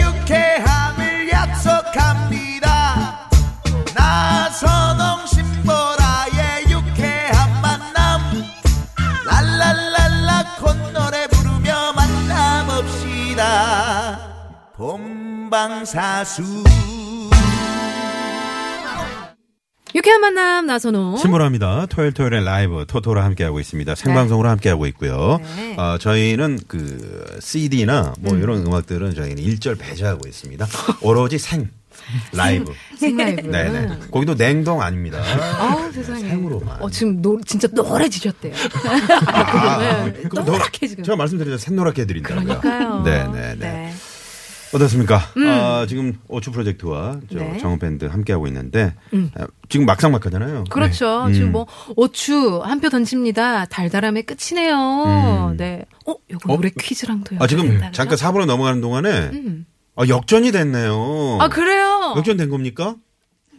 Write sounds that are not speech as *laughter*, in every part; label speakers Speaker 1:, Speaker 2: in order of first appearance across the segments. Speaker 1: 유쾌함을 약속합니다 나선홍 신보라의 유쾌한 만남 랄랄랄라 콧노래 부르며 만남없시다 본방사수
Speaker 2: 유쾌한 만남 나선호.
Speaker 3: 신보라입니다. 토요일 토요일에 라이브 토토로 함께하고 있습니다. 생방송으로 함께하고 있고요.
Speaker 2: 네.
Speaker 3: 어, 저희는 그 CD나 뭐 이런 음악들은 저희는 일절 배제하고 있습니다. 오로지 생 라이브.
Speaker 2: 생라이브. 음.
Speaker 3: 네네. 거기도 냉동 아닙니다.
Speaker 2: 아우 세상에.
Speaker 3: 생으로만.
Speaker 2: 어 지금 노, 진짜 노래지셨대요.
Speaker 3: 아,
Speaker 2: 네.
Speaker 3: 그럼
Speaker 2: 노랗게
Speaker 3: 노-
Speaker 2: 지금.
Speaker 3: 제가 말씀드렸죠. 샛노랗게 해드린다고요.
Speaker 2: 그러니까요.
Speaker 3: *laughs* 네네네.
Speaker 2: 네.
Speaker 3: 어떻습니까? 아, 지금 오추 프로젝트와 저
Speaker 2: 네. 음.
Speaker 3: 정우밴드 함께하고 있는데 아, 지금 막상 막하잖아요.
Speaker 2: 그렇죠.
Speaker 3: 음.
Speaker 2: 지금 뭐 오추 한 표 던집니다. 달달함의 끝이네요. 네. 어 요거 노래 퀴즈랑도
Speaker 3: 음. 아, 지금
Speaker 2: 연결된다,
Speaker 3: 잠깐
Speaker 2: 그죠?
Speaker 3: 사부로 넘어가는 동안에 아, 역전이 됐네요.
Speaker 2: 음. 아 그래요.
Speaker 3: 역전된 겁니까?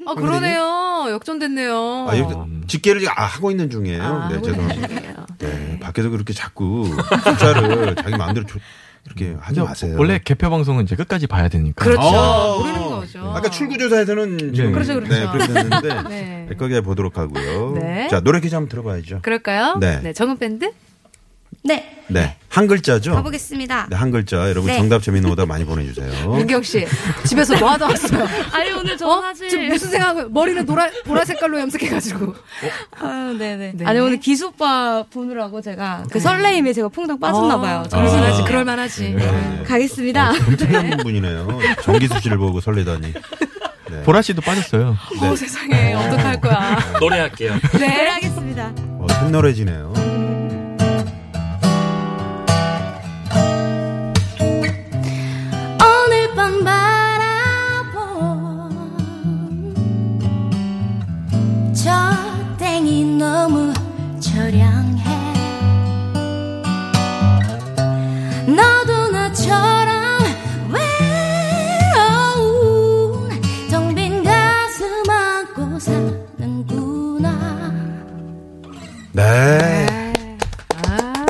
Speaker 2: 아 그러네요. 역전됐네요.
Speaker 3: 아, 역전, 직계를 지금 아, 하고 있는 중이에요.
Speaker 2: 어. 아,
Speaker 3: 네,
Speaker 2: 하고
Speaker 3: 죄송합니다. 네, 밖에서 그렇게 자꾸 숫자를 자기 마음대로 조- 이렇게 하지 마세요.
Speaker 4: 어, 원래 개표 방송은 이제 끝까지 봐야 되니까.
Speaker 2: 그렇죠.
Speaker 3: 어.
Speaker 2: 모르는 거죠.
Speaker 3: 아까 출구조사에서는 지금
Speaker 2: 그렇죠, 그렇죠.
Speaker 3: 네, 그랬는데
Speaker 2: 네.
Speaker 3: 거기에 보도록 하고요.
Speaker 2: 네.
Speaker 3: 자, 노래 퀴즈 한번 들어봐야죠.
Speaker 2: 그럴까요?
Speaker 3: 네.
Speaker 2: 정은 밴드.
Speaker 5: 네,
Speaker 3: 네. 한 글자죠?
Speaker 5: 가보겠습니다.
Speaker 3: 네, 한 글자. 여러분
Speaker 5: 네.
Speaker 3: 정답 재밌는 오답 많이 보내 주세요.
Speaker 2: *laughs* 윤경 씨 집에서 뭐 하다 왔어요?
Speaker 5: *laughs* 아니 오늘
Speaker 2: 어? 지금 무슨 생각하고 머리는 노라 보라 색깔로 염색해가지고.
Speaker 5: 아, 네네.
Speaker 2: 네.
Speaker 5: 아니 오늘 기수 오빠 보느라고 제가 그 설레임에 제가 퐁당 빠졌나 봐요.
Speaker 2: 정신하지
Speaker 3: 네. 아.
Speaker 2: 그럴 만하지.
Speaker 3: 네.
Speaker 5: 가겠습니다.
Speaker 3: 엄청난 분이네요. 정기수 씨를 보고 설레다니. 네.
Speaker 4: 보라 씨도 빠졌어요.
Speaker 2: 어 세상에 어떡할 거야.
Speaker 6: 노래할게요.
Speaker 5: *laughs* 네, 하겠습니다.
Speaker 3: 어, 흥얼해지네요.
Speaker 5: 오늘 밤 바라본 저 땡이 너무 저량해 너도 나처럼 외로운 텅 빈 가슴 안고 사는구나
Speaker 3: 네.
Speaker 2: 아.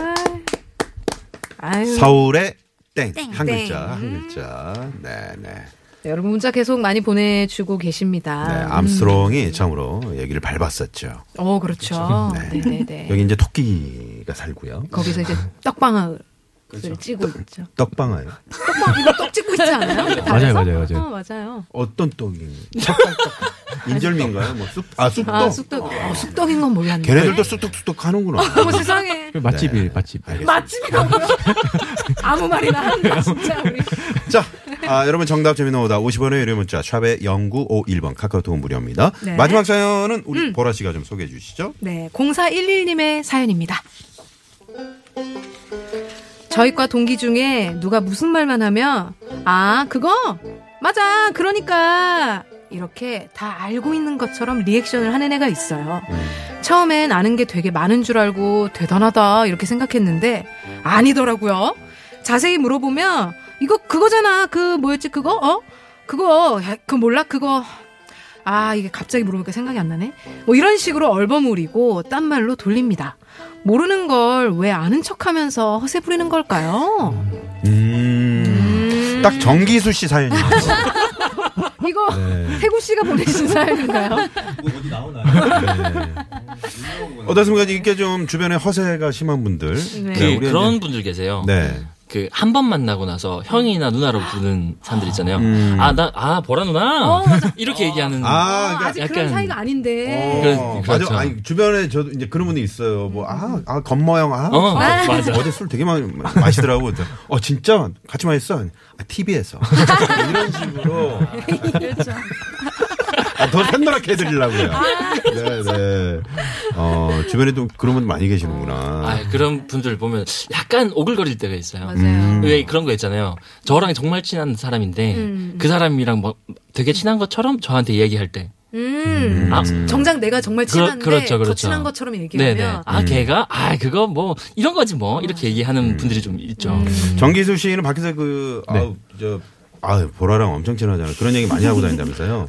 Speaker 2: 아유.
Speaker 3: 서울의 땡.
Speaker 5: 땡.
Speaker 3: 한
Speaker 5: 땡.
Speaker 3: 글자, 한 글자. 네, 네. 네,
Speaker 2: 네, 여러분 문자 계속 많이 보내주고 계십니다.
Speaker 3: 암스트롱이 참으로 여기를 밟았었죠.
Speaker 2: 어 그렇죠.
Speaker 3: 네.
Speaker 2: 네네네.
Speaker 3: 여기 이제 토끼가 살고요.
Speaker 2: 거기서 이제 떡방을 찌고 있죠.
Speaker 3: 떡방아요.
Speaker 2: 떡방 이거 떡 찌고 있지 않아요? 다에서?
Speaker 4: 맞아요, 맞아요, 맞아요.
Speaker 2: 어, 맞아요.
Speaker 3: 어떤
Speaker 2: *laughs*
Speaker 3: 떡이? 찹쌀떡. 인절미인가요? 뭐 쑥, 아, 쑥떡.
Speaker 2: 아 쑥떡. 어, 쑥떡인 건 몰랐네.
Speaker 3: 걔네들도 쑥떡쑥떡 하는구나.
Speaker 2: *laughs* 어머
Speaker 4: *laughs*
Speaker 2: 세상에.
Speaker 4: 그 맛집이에요,
Speaker 3: 네.
Speaker 4: 맛집.
Speaker 3: 알겠습니다.
Speaker 2: 맛집이라고요? 아무 말이나 한다 진짜 우리.
Speaker 3: 자, 아, 여러분 정답 재미는 오다 50원의 유료 문자 샵의 0951번 카카오톡은 무료입니다.
Speaker 2: 네. 음.
Speaker 3: 마지막 사연은 우리 보라 씨가 좀 소개해 주시죠.
Speaker 2: 네, 0411님의 사연입니다. 저희과 동기 중에 누가 무슨 말만 하면, 아, 그거? 맞아, 그러니까. 이렇게 다 알고 있는 것처럼 리액션을 하는 애가 있어요. 처음엔 아는 게 되게 많은 줄 알고 대단하다 이렇게 생각했는데 아니더라고요. 자세히 물어보면 이거 그거잖아. 그 뭐였지 그거? 어? 그거 야, 그 몰라 그거. 아 이게 갑자기 물어보니까 생각이 안 나네. 뭐 이런 식으로 얼버무리고 딴 말로 돌립니다. 모르는 걸 왜 아는 척하면서 허세 부리는 걸까요?
Speaker 6: 음.
Speaker 3: 음.
Speaker 2: 음,
Speaker 3: 딱 정기수 씨
Speaker 2: 아,
Speaker 3: 사연이죠.
Speaker 2: 이거
Speaker 6: 네.
Speaker 2: 태구 씨가
Speaker 6: *laughs*
Speaker 2: 보내신 사연인가요?
Speaker 3: 어떻습니까? 이게 좀 주변에 허세가 심한 분들.
Speaker 2: 네.
Speaker 6: 그
Speaker 3: 우리
Speaker 6: 그런 분들 계세요.
Speaker 3: 네.
Speaker 6: 그 한 번 만나고 나서 형이나 누나로 부르는 사람들 있잖아요.
Speaker 3: 음.
Speaker 6: 아 나 아 보라 *laughs* 누나 이렇게 얘기하는.
Speaker 3: 아, 그러니까
Speaker 2: 어, 아직 그런
Speaker 6: 약간-
Speaker 2: 사이가 아닌데.
Speaker 3: 어,
Speaker 6: 그렇죠.
Speaker 3: 맞아. 아니, 주변에 저도 이제 그런 분이 있어요. 뭐, 아, 아, 건모형, 아.
Speaker 6: 어 맞아.
Speaker 3: 어제 술 되게 많이 마- 마시더라고. 어, 진짜? 같이 마셨어? 아, TV에서. *laughs* 이런 식으로. 아, 더 산노랗게 해드리려고요. 네, 네. 어, 주변에도 그런 분 많이 계시는구나.
Speaker 6: 아 그런 분들 보면 약간 오글거릴 때가 있어요.
Speaker 2: 맞아요.
Speaker 3: 음.
Speaker 6: 왜 그런 거 있잖아요. 저랑 정말 친한 사람인데 그 사람이랑 뭐 되게 친한 것처럼 저한테 얘기할 때.
Speaker 2: 음.
Speaker 6: 아,
Speaker 2: 정작 내가 정말
Speaker 6: 그러-
Speaker 2: 친한데
Speaker 6: 그렇죠,
Speaker 2: 더
Speaker 6: 그렇죠.
Speaker 2: 친한 것처럼 얘기하면
Speaker 6: 네네. 아 걔가 아 그거 뭐 이런
Speaker 2: 음.
Speaker 6: 거지 뭐 이렇게 얘기하는 분들이 좀 있죠.
Speaker 3: 정기수 씨는 밖에서 그,
Speaker 4: 네.
Speaker 3: 아우, 저, 아유, 보라랑 엄청 친하잖아. 그런 얘기 많이
Speaker 2: *laughs*
Speaker 3: 하고 다닌다면서요.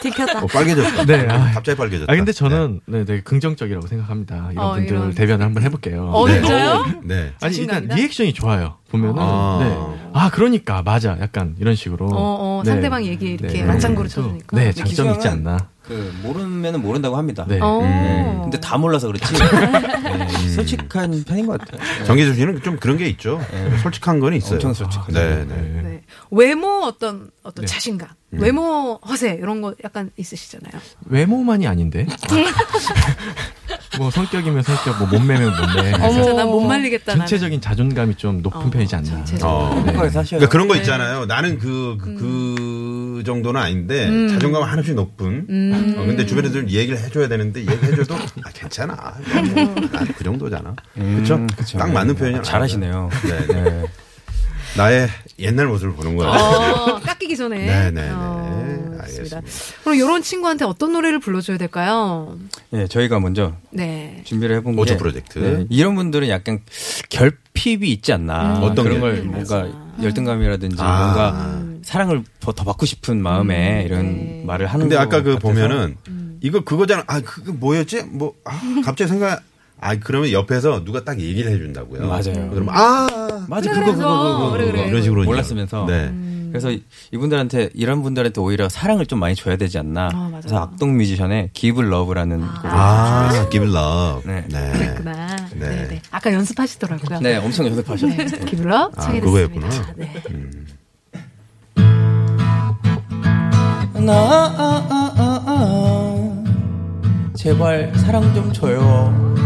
Speaker 5: 들켰다.
Speaker 3: 어, 빨개졌다.
Speaker 4: 네, 아.
Speaker 3: 갑자기 빨개졌다.
Speaker 4: 아 근데 저는 네, 되게 긍정적이라고 생각합니다. 이런
Speaker 2: 어,
Speaker 4: 분들
Speaker 2: 이런.
Speaker 4: 대변을 한번 해볼게요.
Speaker 2: 어,
Speaker 4: 네.
Speaker 2: 진짜요?
Speaker 3: 네.
Speaker 4: 아니 일단
Speaker 2: 자신감이다?
Speaker 4: 리액션이 좋아요. 보면은
Speaker 3: 아.
Speaker 4: 아, 네. 아 그러니까 맞아. 약간 이런 식으로
Speaker 2: 어, 어,
Speaker 4: 네.
Speaker 2: 상대방 얘기에 이렇게
Speaker 4: 네.
Speaker 2: 맞장구를
Speaker 4: 또,
Speaker 2: 쳐주니까.
Speaker 4: 네 장점
Speaker 7: 기성은-
Speaker 4: 있지 않나.
Speaker 7: 그 모르면은 모른다고 합니다.
Speaker 4: 네.
Speaker 2: 어.
Speaker 3: 음.
Speaker 7: 근데 다 몰라서 그렇지. *laughs* 네, 솔직한 편인 것 같아요.
Speaker 3: 예.
Speaker 7: 예.
Speaker 3: 정기준 씨는 좀 그런 게 있죠. 솔직한 건 있어요.
Speaker 7: 엄청 솔직하죠.
Speaker 3: 네,
Speaker 4: 네.
Speaker 3: 네.
Speaker 2: 네. 외모 어떤 어떤
Speaker 4: 네.
Speaker 2: 자신감,
Speaker 6: 음.
Speaker 2: 외모 허세 이런 거 약간 있으시잖아요.
Speaker 4: 외모만이
Speaker 2: *laughs*
Speaker 4: 아닌데. 뭐 성격이면 성격, 뭐 몸매면 몸매.
Speaker 2: 진짜 난 못 말리겠다. 나는.
Speaker 4: 전체적인 자존감이 좀 높은
Speaker 2: 어,
Speaker 4: 편이지 않나.
Speaker 6: 아,
Speaker 2: 전체적으로.
Speaker 3: 어.
Speaker 7: 행복하게 사셔요.
Speaker 3: 그러니까 그런 거 있잖아요. 나는 그, 그, 그 정도는 아닌데 자존감 한없이 높은. 어, 근데 주변에 좀 얘기를 해줘야 되는데 얘기해줘도 아, 괜찮아. 난그 정도잖아. 그렇죠?
Speaker 7: 음, 그쵸.
Speaker 3: 딱 맞는 표현이
Speaker 7: 잘하시네요.
Speaker 3: 네, 네. 나의 옛날 모습을 보는 거야. *laughs*
Speaker 2: 어, 깎이기 전에.
Speaker 3: 네네네.
Speaker 2: 어,
Speaker 3: 알겠습니다.
Speaker 2: 그럼 이런 친구한테 어떤 노래를 불러줘야 될까요?
Speaker 7: 예, 저희가 먼저
Speaker 2: 네.
Speaker 7: 준비를 해본 게
Speaker 3: 오조 프로젝트.
Speaker 7: 네, 이런 분들은 약간 결핍이 있지 않나
Speaker 3: 음. 어떤
Speaker 7: 그런 걸
Speaker 3: 결핍?
Speaker 7: 뭔가 열등감이라든지
Speaker 3: 아.
Speaker 7: 뭔가 사랑을 더, 더 받고 싶은 마음에 네. 이런 말을 *laughs* 하는
Speaker 3: 근데
Speaker 7: 것
Speaker 3: 아까 그
Speaker 7: 같아서
Speaker 3: 보면은 이거 그거잖아. 아, 그거 뭐였지? 뭐, 아, 갑자기 생각, 아, 그러면 옆에서 누가 딱 얘기를 해준다고요.
Speaker 7: 맞아요.
Speaker 3: 그러면 아,
Speaker 7: 맞아
Speaker 2: 그래,
Speaker 7: 그거
Speaker 2: 그래서.
Speaker 7: 그거 그거
Speaker 2: 그래, 그래.
Speaker 3: 이런 식으로. 이제.
Speaker 7: 몰랐으면서.
Speaker 3: 네.
Speaker 6: 음.
Speaker 7: 그래서 이분들한테 이런 분들한테 오히려 사랑을 좀 많이 줘야 되지 않나
Speaker 2: 아, 맞아요.
Speaker 7: 그래서 악동 뮤지션의 Give Love라는 곡을
Speaker 3: 아, give love.
Speaker 7: 네.
Speaker 3: 네.
Speaker 2: 그나.
Speaker 3: 네.
Speaker 2: 네. 네. 아까 연습하시더라고요.
Speaker 7: 네 엄청 연습하셨어요
Speaker 2: 기블러
Speaker 3: 아,
Speaker 2: 청해
Speaker 3: 그거였구나. 아.
Speaker 2: 듣습니다. 네.
Speaker 7: 나 아, 아, 아, 아. 제발 사랑 좀 줘요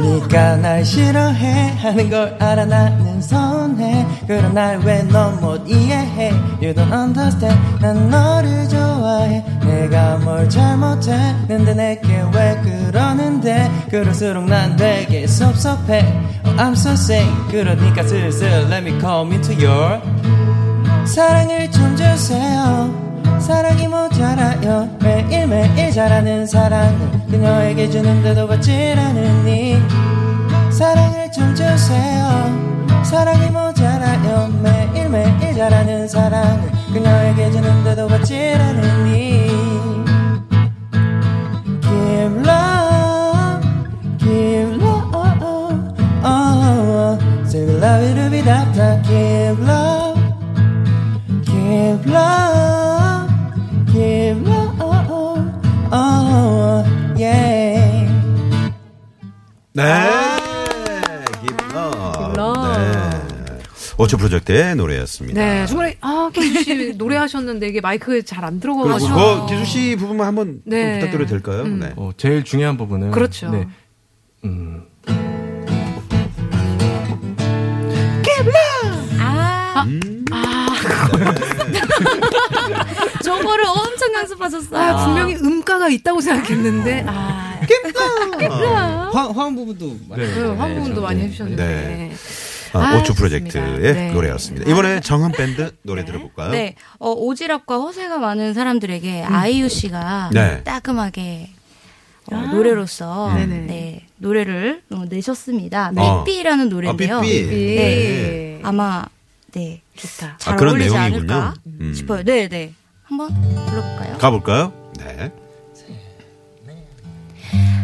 Speaker 7: 네가 날 싫어해 하는 걸 알아 나는 선해 그런 날 왜 넌 못 이해해 You don't understand 난 너를 좋아해 내가 뭘 잘못했는데 내게 왜 그러는데 그럴수록 난 되게 섭섭해 oh, I'm so sick 그러니까 슬슬 Let me come into your 사랑을 좀 주세요 사랑이 모자라요 매일매일 잘하는 사랑을 그녀에게 주는데도 받질 않으니 사랑을 좀 주세요 사랑이 모자라요 매일매일 잘하는 사랑을 그녀에게 주는데도 받질 않으니 Give love Give love Say we love you to be that Give love Give love, give love, oh, yeah.
Speaker 3: 네. give love. 네. 오초 프로젝트의 노래였습니다.
Speaker 2: 네. 중간에, 아, 기수 씨 노래하셨는데 이게 마이크에 잘 안
Speaker 3: 그리고
Speaker 2: 들어가가지고.
Speaker 3: 그거 기수 씨 부분만 한번
Speaker 2: 네.
Speaker 3: 좀 부탁드려도 될까요? 네.
Speaker 4: 어, 제일 중요한 부분은
Speaker 2: 그렇죠.
Speaker 4: 네. 음,
Speaker 5: 저거를 엄청 연습하셨어요.
Speaker 2: 아, 분명히 음가가 있다고 생각했는데,
Speaker 3: 음.
Speaker 2: 아,
Speaker 3: 아,
Speaker 7: 황, 황 부분도 많이
Speaker 2: 그 황금도 많이 해주셨는데.
Speaker 3: 네.
Speaker 2: 아,
Speaker 3: 아,
Speaker 2: 좋습니다.
Speaker 3: 오초 프로젝트의
Speaker 2: 네.
Speaker 3: 노래였습니다. 이번에 정한 밴드 노래 들어볼까요? 음.
Speaker 8: 네, 어, 오지랖과 허세가 많은 사람들에게 아이유 씨가
Speaker 3: 네. 음.
Speaker 8: 따끔하게 어, 노래로서
Speaker 2: 아. 네네.
Speaker 8: 네, 노래를 어, 내셨습니다.
Speaker 3: 어.
Speaker 8: 삐삐라는 노래인데요.
Speaker 3: 아, 삐삐. 네.
Speaker 2: 네.
Speaker 8: 아마 네,
Speaker 2: 좋다.
Speaker 8: 잘
Speaker 3: 아, 그런
Speaker 8: 어울리지
Speaker 3: 내용이군요.
Speaker 8: 않을까
Speaker 3: 음.
Speaker 8: 싶어요. 네, 네. 한번 불러볼까요?
Speaker 3: 가볼까요? 네.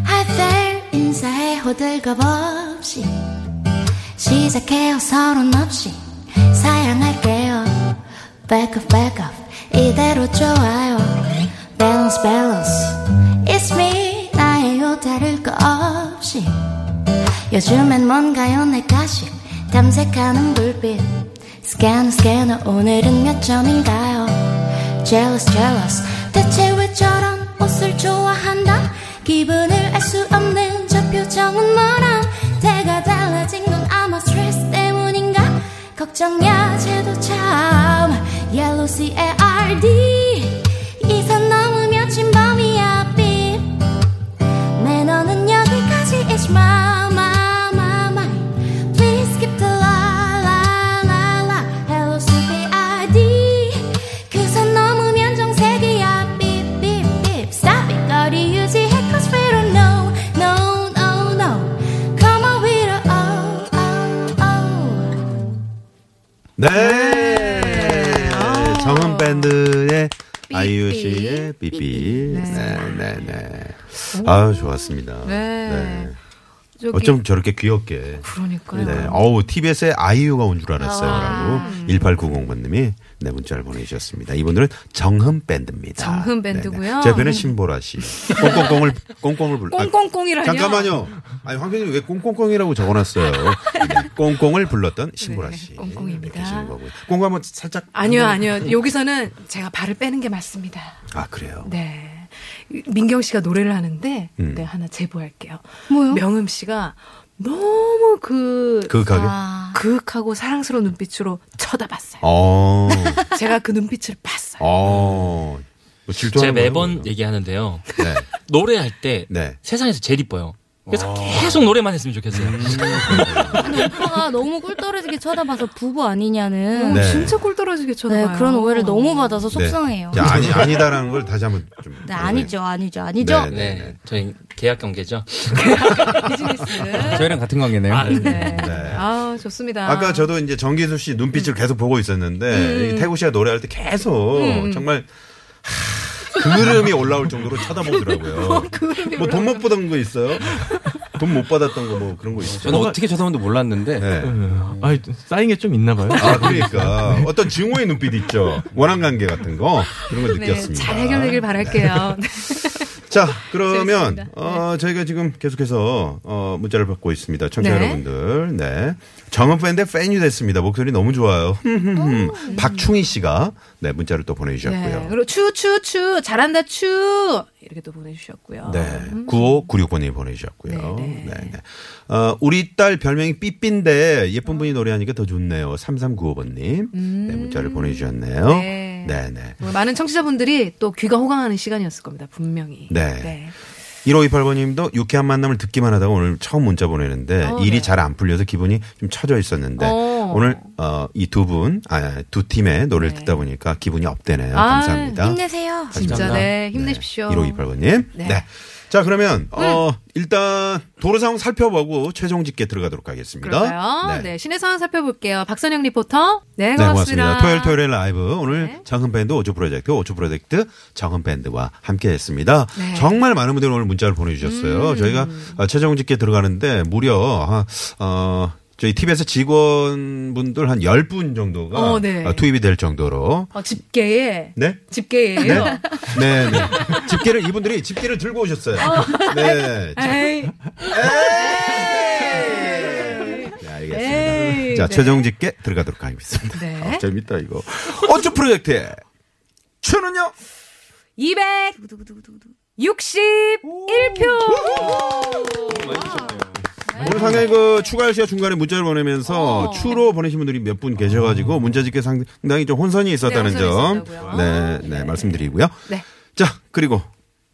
Speaker 8: I fell 인사에 호들갑 없이 시작해요 서론 없이 사양할게요 Back up back up 이대로 좋아요 Balance balance It's me 나예요 다를 거 없이 요즘엔 뭔가요 내 가식 탐색하는 불빛 스캐너 스캐너 오늘은 몇 점인가요 Jealous jealous 대체 왜 저런 옷을 좋아한다 기분을 알 수 없는 저 표정은 뭐라 때가 달라진 건 아마 스트레스 때문인가 걱정야 쟤도 참 Yellow C-A-R-D 이선 넘으면 진범이야 삐 매너는 여기까지 It's my, my, my, my Please skip the la, la, la, la Hello, CBID 그선 넘으면 정색이야 Beep, beep, beep Stop it, 거리 유지해 Cause we don't know No, no, no Come on, we don't Oh, oh, oh
Speaker 3: 네. 아이유 씨의 삐삐. 네네네. 아유 좋았습니다.
Speaker 2: 네. 저기-
Speaker 3: 어쩜 저렇게 귀엽게.
Speaker 2: 그러니까요.
Speaker 3: 네. 어우, TBS에 아이유가 온 줄 알았어요. 라고 1890번님이 네 문자를 보내주셨습니다. 이분들은 정흠 밴드입니다. 네,
Speaker 2: 정흠 밴드고요.
Speaker 3: 제 배는 신보라 씨. 꽁꽁꽁을, 꽁꽁을 불러. 아,
Speaker 2: 꽁꽁꽁이라뇨.
Speaker 3: 잠깐만요. 아니, 황 PD님 왜 꽁꽁꽁이라고 적어놨어요? 네, 꽁꽁을 불렀던 신보라
Speaker 2: 네,
Speaker 3: 씨.
Speaker 2: 꽁꽁입니다.
Speaker 3: 계시는 거고요. 꽁꽁 한번 살짝.
Speaker 2: 아니요, 아니요. 여기서는 제가 발을 빼는 게 맞습니다.
Speaker 3: 아, 그래요?
Speaker 2: 네. 민경 씨가 노래를 하는데
Speaker 3: 음.
Speaker 2: 네, 하나 제보할게요.
Speaker 5: 뭐요?
Speaker 2: 명음 씨가 너무 그
Speaker 3: 그 가게?
Speaker 8: 아,
Speaker 2: 그윽하고 사랑스러운 눈빛으로 쳐다봤어요.
Speaker 3: 어,
Speaker 2: 제가 그 눈빛을 봤어요.
Speaker 3: 어. 뭐 질투하는
Speaker 6: 제가 매번
Speaker 3: 거예요,
Speaker 6: 얘기하는데요.
Speaker 3: 그러면? 네.
Speaker 6: 노래할 때
Speaker 3: 네.
Speaker 6: 세상에서 제일 이뻐요. 그래서 계속 노래만 했으면 좋겠어요.
Speaker 7: 음.
Speaker 5: 근데
Speaker 8: 아,
Speaker 5: 오빠가 너무 꿀 떨어지게 쳐다봐서 부부 아니냐는.
Speaker 3: 네.
Speaker 2: 어, 진짜 꿀 떨어지게 쳐다봐요.
Speaker 5: 네, 그런 오해를 너무 받아서 속상해요.
Speaker 3: 네. 자, 아니, 아니다라는 걸 다시 한번 좀.
Speaker 5: 네, 아니죠, 아니죠, 아니죠.
Speaker 3: 네,
Speaker 6: *laughs* 네,
Speaker 3: 네.
Speaker 6: 저희 계약
Speaker 3: *laughs*
Speaker 6: 경계죠. 아,
Speaker 2: 비즈니스.
Speaker 7: 저희랑 같은 관계네요.
Speaker 2: 네.
Speaker 3: 네.
Speaker 2: 그 아 좋습니다.
Speaker 3: 아까
Speaker 2: *laughs*
Speaker 3: 저도 이제 정기수 씨 눈빛을 계속 보고 있었는데 이 태구 씨가 노래할 때 계속 정말 하, 그름이 올라올 정도로 쳐다보더라고요.
Speaker 2: 그
Speaker 3: 뭐 돈 못 받은 거 있어요? 돈 못 받았던 거 뭐 그런 거 있어요?
Speaker 7: 저는 어떻게 죄송한데 몰랐는데
Speaker 3: 네.
Speaker 4: 아, 쌓인 게 좀 있나 봐요.
Speaker 3: 아 그러니까 어떤 증오의 눈빛 있죠. 원한 관계 같은 거 그런 걸
Speaker 2: 네,
Speaker 3: 느꼈습니다.
Speaker 2: 잘 해결되길 바랄게요.
Speaker 3: *laughs*
Speaker 2: 네. *laughs*
Speaker 3: 자, 그러면
Speaker 2: 재밌습니다. 네.
Speaker 3: 어, 저희가 지금 계속해서 어, 문자를 받고 있습니다. 청취자
Speaker 2: 네.
Speaker 3: 여러분들. 네. 정은 팬인데 팬이 됐습니다. 목소리 너무 좋아요. 흠흠흠. *laughs* 박충희 씨가 네, 문자를 또 보내
Speaker 2: 네.
Speaker 3: 주셨고요. 네.
Speaker 2: 그리고 추추추 잘한다 추 이렇게 또 보내주셨고요.
Speaker 3: 네. 9596번님이 보내주셨고요.
Speaker 2: 네,
Speaker 3: 네, 네. 어, 우리 딸 별명이 삐삐인데 예쁜 분이 노래하니까 더 좋네요. 3395번님. 네, 문자를 보내주셨네요.
Speaker 2: 음. 네.
Speaker 3: 네, 네.
Speaker 2: 뭐 많은 청취자분들이 또 귀가 호강하는 시간이었을 겁니다. 분명히.
Speaker 3: 네. 1528번님도 유쾌한 만남을 듣기만 하다가 오늘 처음 문자 보내는데
Speaker 2: 어,
Speaker 3: 일이
Speaker 2: 네.
Speaker 3: 잘 안 풀려서 기분이 좀 처져 있었는데
Speaker 2: 어.
Speaker 3: 오늘 어, 이 두 분, 아, 두 팀의 노래를 듣다 보니까 기분이 업되네요.
Speaker 2: 네. 아,
Speaker 3: 감사합니다.
Speaker 8: 힘내세요.
Speaker 2: 진짜
Speaker 7: 감사합니다.
Speaker 2: 네 힘내십시오.
Speaker 3: 1528번님. 네.
Speaker 2: 네. 음.
Speaker 3: 자, 그러면 어, 일단 도로 상황 살펴보고 최종 집계 들어가도록 하겠습니다.
Speaker 2: 그럴까요? 네. 시내 상황 살펴볼게요. 박선영 리포터. 네, 고맙습니다.
Speaker 3: 토요일 토요일 라이브 오늘
Speaker 2: 네.
Speaker 3: 정은밴드 오초 프로젝트 오초 프로젝트 정은밴드와 함께했습니다.
Speaker 2: 네. 음.
Speaker 3: 정말 많은 분들이 오늘 문자를 보내주셨어요. 저희가 어, 최종 집계 들어가는데 무려 한, 어, 저희 TV에서 직원분들 한 10분 정도가
Speaker 2: 어, 네.
Speaker 3: 어, 투입이 될 정도로
Speaker 2: 어, 집계에
Speaker 3: 네?
Speaker 2: 집계예요.
Speaker 3: 네. 네, 네. 집게를 이분들이 집게를 들고 오셨어요. 네.
Speaker 2: 에이,
Speaker 3: 네, 알겠습니다.
Speaker 2: 에이,
Speaker 3: 자,
Speaker 2: 네.
Speaker 3: 최종 집계 들어가도록 하겠습니다.
Speaker 2: 네.
Speaker 3: 아, 재밌다 이거. 어쭈 프로젝트의 최는요?
Speaker 2: 261표.
Speaker 3: 오늘 상당히 그 추가열 씨가 중간에 문자를
Speaker 2: 어.
Speaker 3: 보내면서 추로 보내신 분들이 몇 분 계셔가지고 문자집계 상당히 좀 혼선이 있었다는
Speaker 2: 네, 혼선이
Speaker 3: 점.
Speaker 2: 있었다고요. 아,
Speaker 3: 네, 네, 말씀드리고요.
Speaker 2: 네.
Speaker 3: 자, 그리고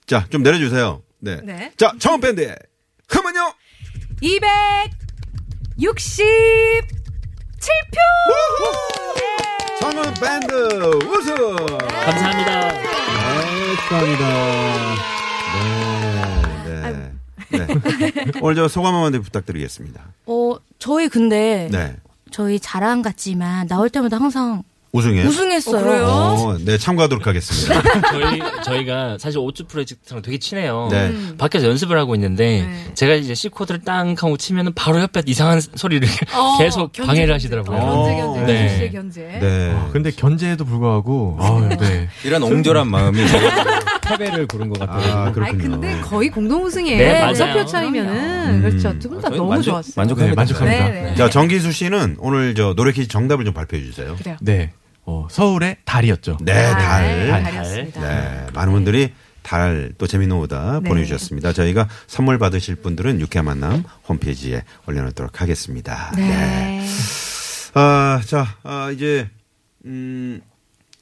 Speaker 3: 자, 좀 내려주세요. 네.
Speaker 2: 네.
Speaker 3: 자, 정원 밴드의 흐은요
Speaker 2: 267표. 예!
Speaker 3: 정원 밴드 우승!
Speaker 6: 감사합니다.
Speaker 3: 네, 축하합니다. 네, 네. 네. 오늘 저 소감 한마디 부탁드리겠습니다.
Speaker 5: 어, 저희 근데
Speaker 3: 네.
Speaker 8: 저희 자랑 같지만 나올 때마다 항상
Speaker 6: 네.
Speaker 3: 우승이에요?
Speaker 5: 우승했어요.
Speaker 3: 어, 네, 참가하도록 하겠습니다.
Speaker 6: *laughs* 저희 저희가 사실 오츠 프로젝트랑 되게 친해요.
Speaker 2: 어.
Speaker 3: 네.
Speaker 2: 음,
Speaker 6: 밖에서 연습을 하고 있는데
Speaker 2: 네.
Speaker 6: 제가 이제 C 코드를 땅 하고 치면은 바로 옆에 이상한 소리를 *laughs* 계속 방해를 하시더라고요.
Speaker 2: 어,
Speaker 7: 어,
Speaker 2: 견제 견제
Speaker 6: 네.
Speaker 2: 견제 씨의 견제.
Speaker 3: 네.
Speaker 4: 아, 근데 견제에도 불구하고, 아, 네.
Speaker 7: 이런 옹졸한 마음이 패배를 부른 것 같아요.
Speaker 3: 아,
Speaker 2: 아니
Speaker 3: 그렇군요.
Speaker 2: 근데 거의 공동 우승이에요.
Speaker 6: 네, 맞아요.
Speaker 2: 여섯 표 차이면은 그렇죠. 두 분 다
Speaker 7: 저희는
Speaker 2: 너무
Speaker 7: 만족-
Speaker 2: 좋았어요.
Speaker 7: 만족합니다.
Speaker 4: 네, 만족합니다.
Speaker 2: 네, 네.
Speaker 3: 자, 정기수 씨는 오늘 저 노래 퀴즈 정답을 좀 발표해 주세요.
Speaker 2: 그래요.
Speaker 4: 네. 어, 서울의 달이었죠.
Speaker 3: 네,
Speaker 2: 네,
Speaker 3: 달.
Speaker 2: 달이었습니다.
Speaker 3: 네, 많은 분들이 달 또 재미있는 오다
Speaker 2: 네.
Speaker 3: 보내주셨습니다. 저희가 선물 받으실 분들은 육회 만남 홈페이지에 올려놓도록 하겠습니다.
Speaker 2: 네.
Speaker 3: 아, 자, 아, 이제, 음,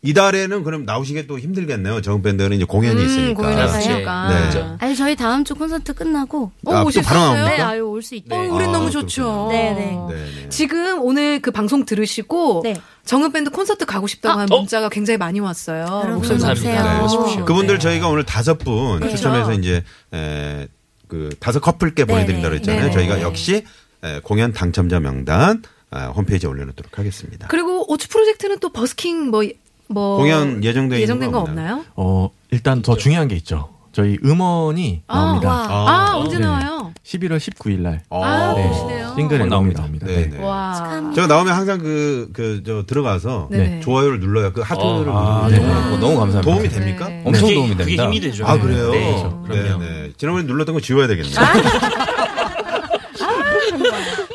Speaker 3: 이달에는 그럼 나오시기 또 힘들겠네요. 정밴드는 이제 공연이
Speaker 2: 음,
Speaker 3: 있으니까.
Speaker 2: 공연이
Speaker 6: 그렇지.
Speaker 2: 있으니까.
Speaker 3: 네.
Speaker 2: 그렇죠.
Speaker 8: 아니 저희 다음 주 콘서트 끝나고
Speaker 2: 어,
Speaker 3: 아, 또
Speaker 2: 오셨어요?
Speaker 3: 바로 나옵니까?
Speaker 8: 네, 아유 올 수 있다.
Speaker 2: 어, 우린
Speaker 3: 아,
Speaker 2: 너무
Speaker 3: 그렇군요.
Speaker 2: 좋죠.
Speaker 8: 네, 네.
Speaker 3: 네, 네.
Speaker 2: 지금 오늘 그 방송 들으시고
Speaker 8: 네.
Speaker 2: 정은 밴드 콘서트 가고 싶다고 한 문자가 굉장히 많이 왔어요. 목소리
Speaker 8: 여러분
Speaker 2: 너무
Speaker 8: 오세요.
Speaker 6: 감사합니다. 네,
Speaker 3: 네. 그분들 저희가 오늘 다섯 분
Speaker 2: 그렇죠.
Speaker 3: 추첨해서 이제 에, 그 다섯 커플께 보내드린다 그랬잖아요.
Speaker 2: 네네.
Speaker 3: 저희가 역시 에, 공연
Speaker 2: 그,
Speaker 3: 당첨자 명단 아, 홈페이지에 올려놓도록 하겠습니다.
Speaker 2: 그리고 오츠 프로젝트는 또 버스킹 뭐 뭐
Speaker 3: 공연 예정돼 있는
Speaker 2: 예정된
Speaker 3: 거
Speaker 2: 거
Speaker 3: 없나요?
Speaker 2: 없나요?
Speaker 4: 어, 일단 더 중요한 게 있죠. 저희 음원이
Speaker 2: 아,
Speaker 4: 나옵니다.
Speaker 5: 와.
Speaker 2: 아, 언제
Speaker 4: 네.
Speaker 2: 나와요?
Speaker 4: 11월 19일 날
Speaker 2: 아,
Speaker 3: 어.
Speaker 2: 그러시네요.
Speaker 4: 싱글
Speaker 3: 어,
Speaker 4: 앨범이
Speaker 3: 나옵니다.
Speaker 4: 나옵니다.
Speaker 3: 네,
Speaker 4: 네.
Speaker 3: 네.
Speaker 2: 와.
Speaker 3: 제가 나오면 항상 그, 그, 저, 들어가서
Speaker 2: 네네.
Speaker 3: 좋아요를 눌러요. 그 하트를.
Speaker 6: 어,
Speaker 4: 아,
Speaker 3: 누르고.
Speaker 4: 네.
Speaker 2: 아.
Speaker 7: 너무 감사합니다.
Speaker 3: 도움이 됩니까?
Speaker 2: 네.
Speaker 7: 엄청
Speaker 6: 그게-
Speaker 7: 도움이 됩니다.
Speaker 6: 그게 힘이 되죠.
Speaker 3: 아, 그래요?
Speaker 6: 네, 그렇죠.
Speaker 3: 네,
Speaker 6: 그럼요.
Speaker 3: 네. 지난번에 눌렀던 거 지워야 되겠네요.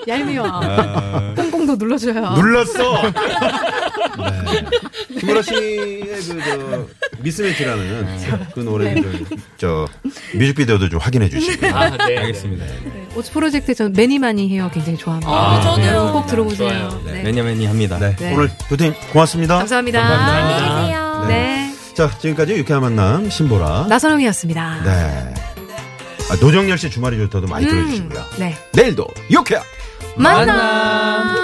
Speaker 2: 얄미워. *laughs* 꽁꽁도 눌러줘요.
Speaker 3: 눌렀어! 네. 김보라 씨의 그, 저, 미스매치라는 그 노래를 좀, 저, 뮤직비디오도 좀 확인해 주시고.
Speaker 6: 아, 네.
Speaker 7: 알겠습니다.
Speaker 2: 오츠 프로젝트 전 매니 많이 해요. 굉장히 좋아합니다.
Speaker 6: 아, 네.
Speaker 2: 저도요. 꼭 들어보세요.
Speaker 6: 좋아요.
Speaker 2: 네.
Speaker 7: 매니 매니 합니다.
Speaker 2: 네.
Speaker 3: 오늘 두 팀 고맙습니다.
Speaker 2: 감사합니다.
Speaker 6: 감사합니다.
Speaker 5: 계세요.
Speaker 2: 네.
Speaker 3: 자, 지금까지 유쾌한 만남, 신보라.
Speaker 2: 나선홍이었습니다.
Speaker 3: 네. 아, 노정열 씨 주말이 좋다도 많이
Speaker 2: 음.
Speaker 3: 들어주시고요.
Speaker 2: 네.
Speaker 3: 내일도 유쾌한!
Speaker 2: 만남.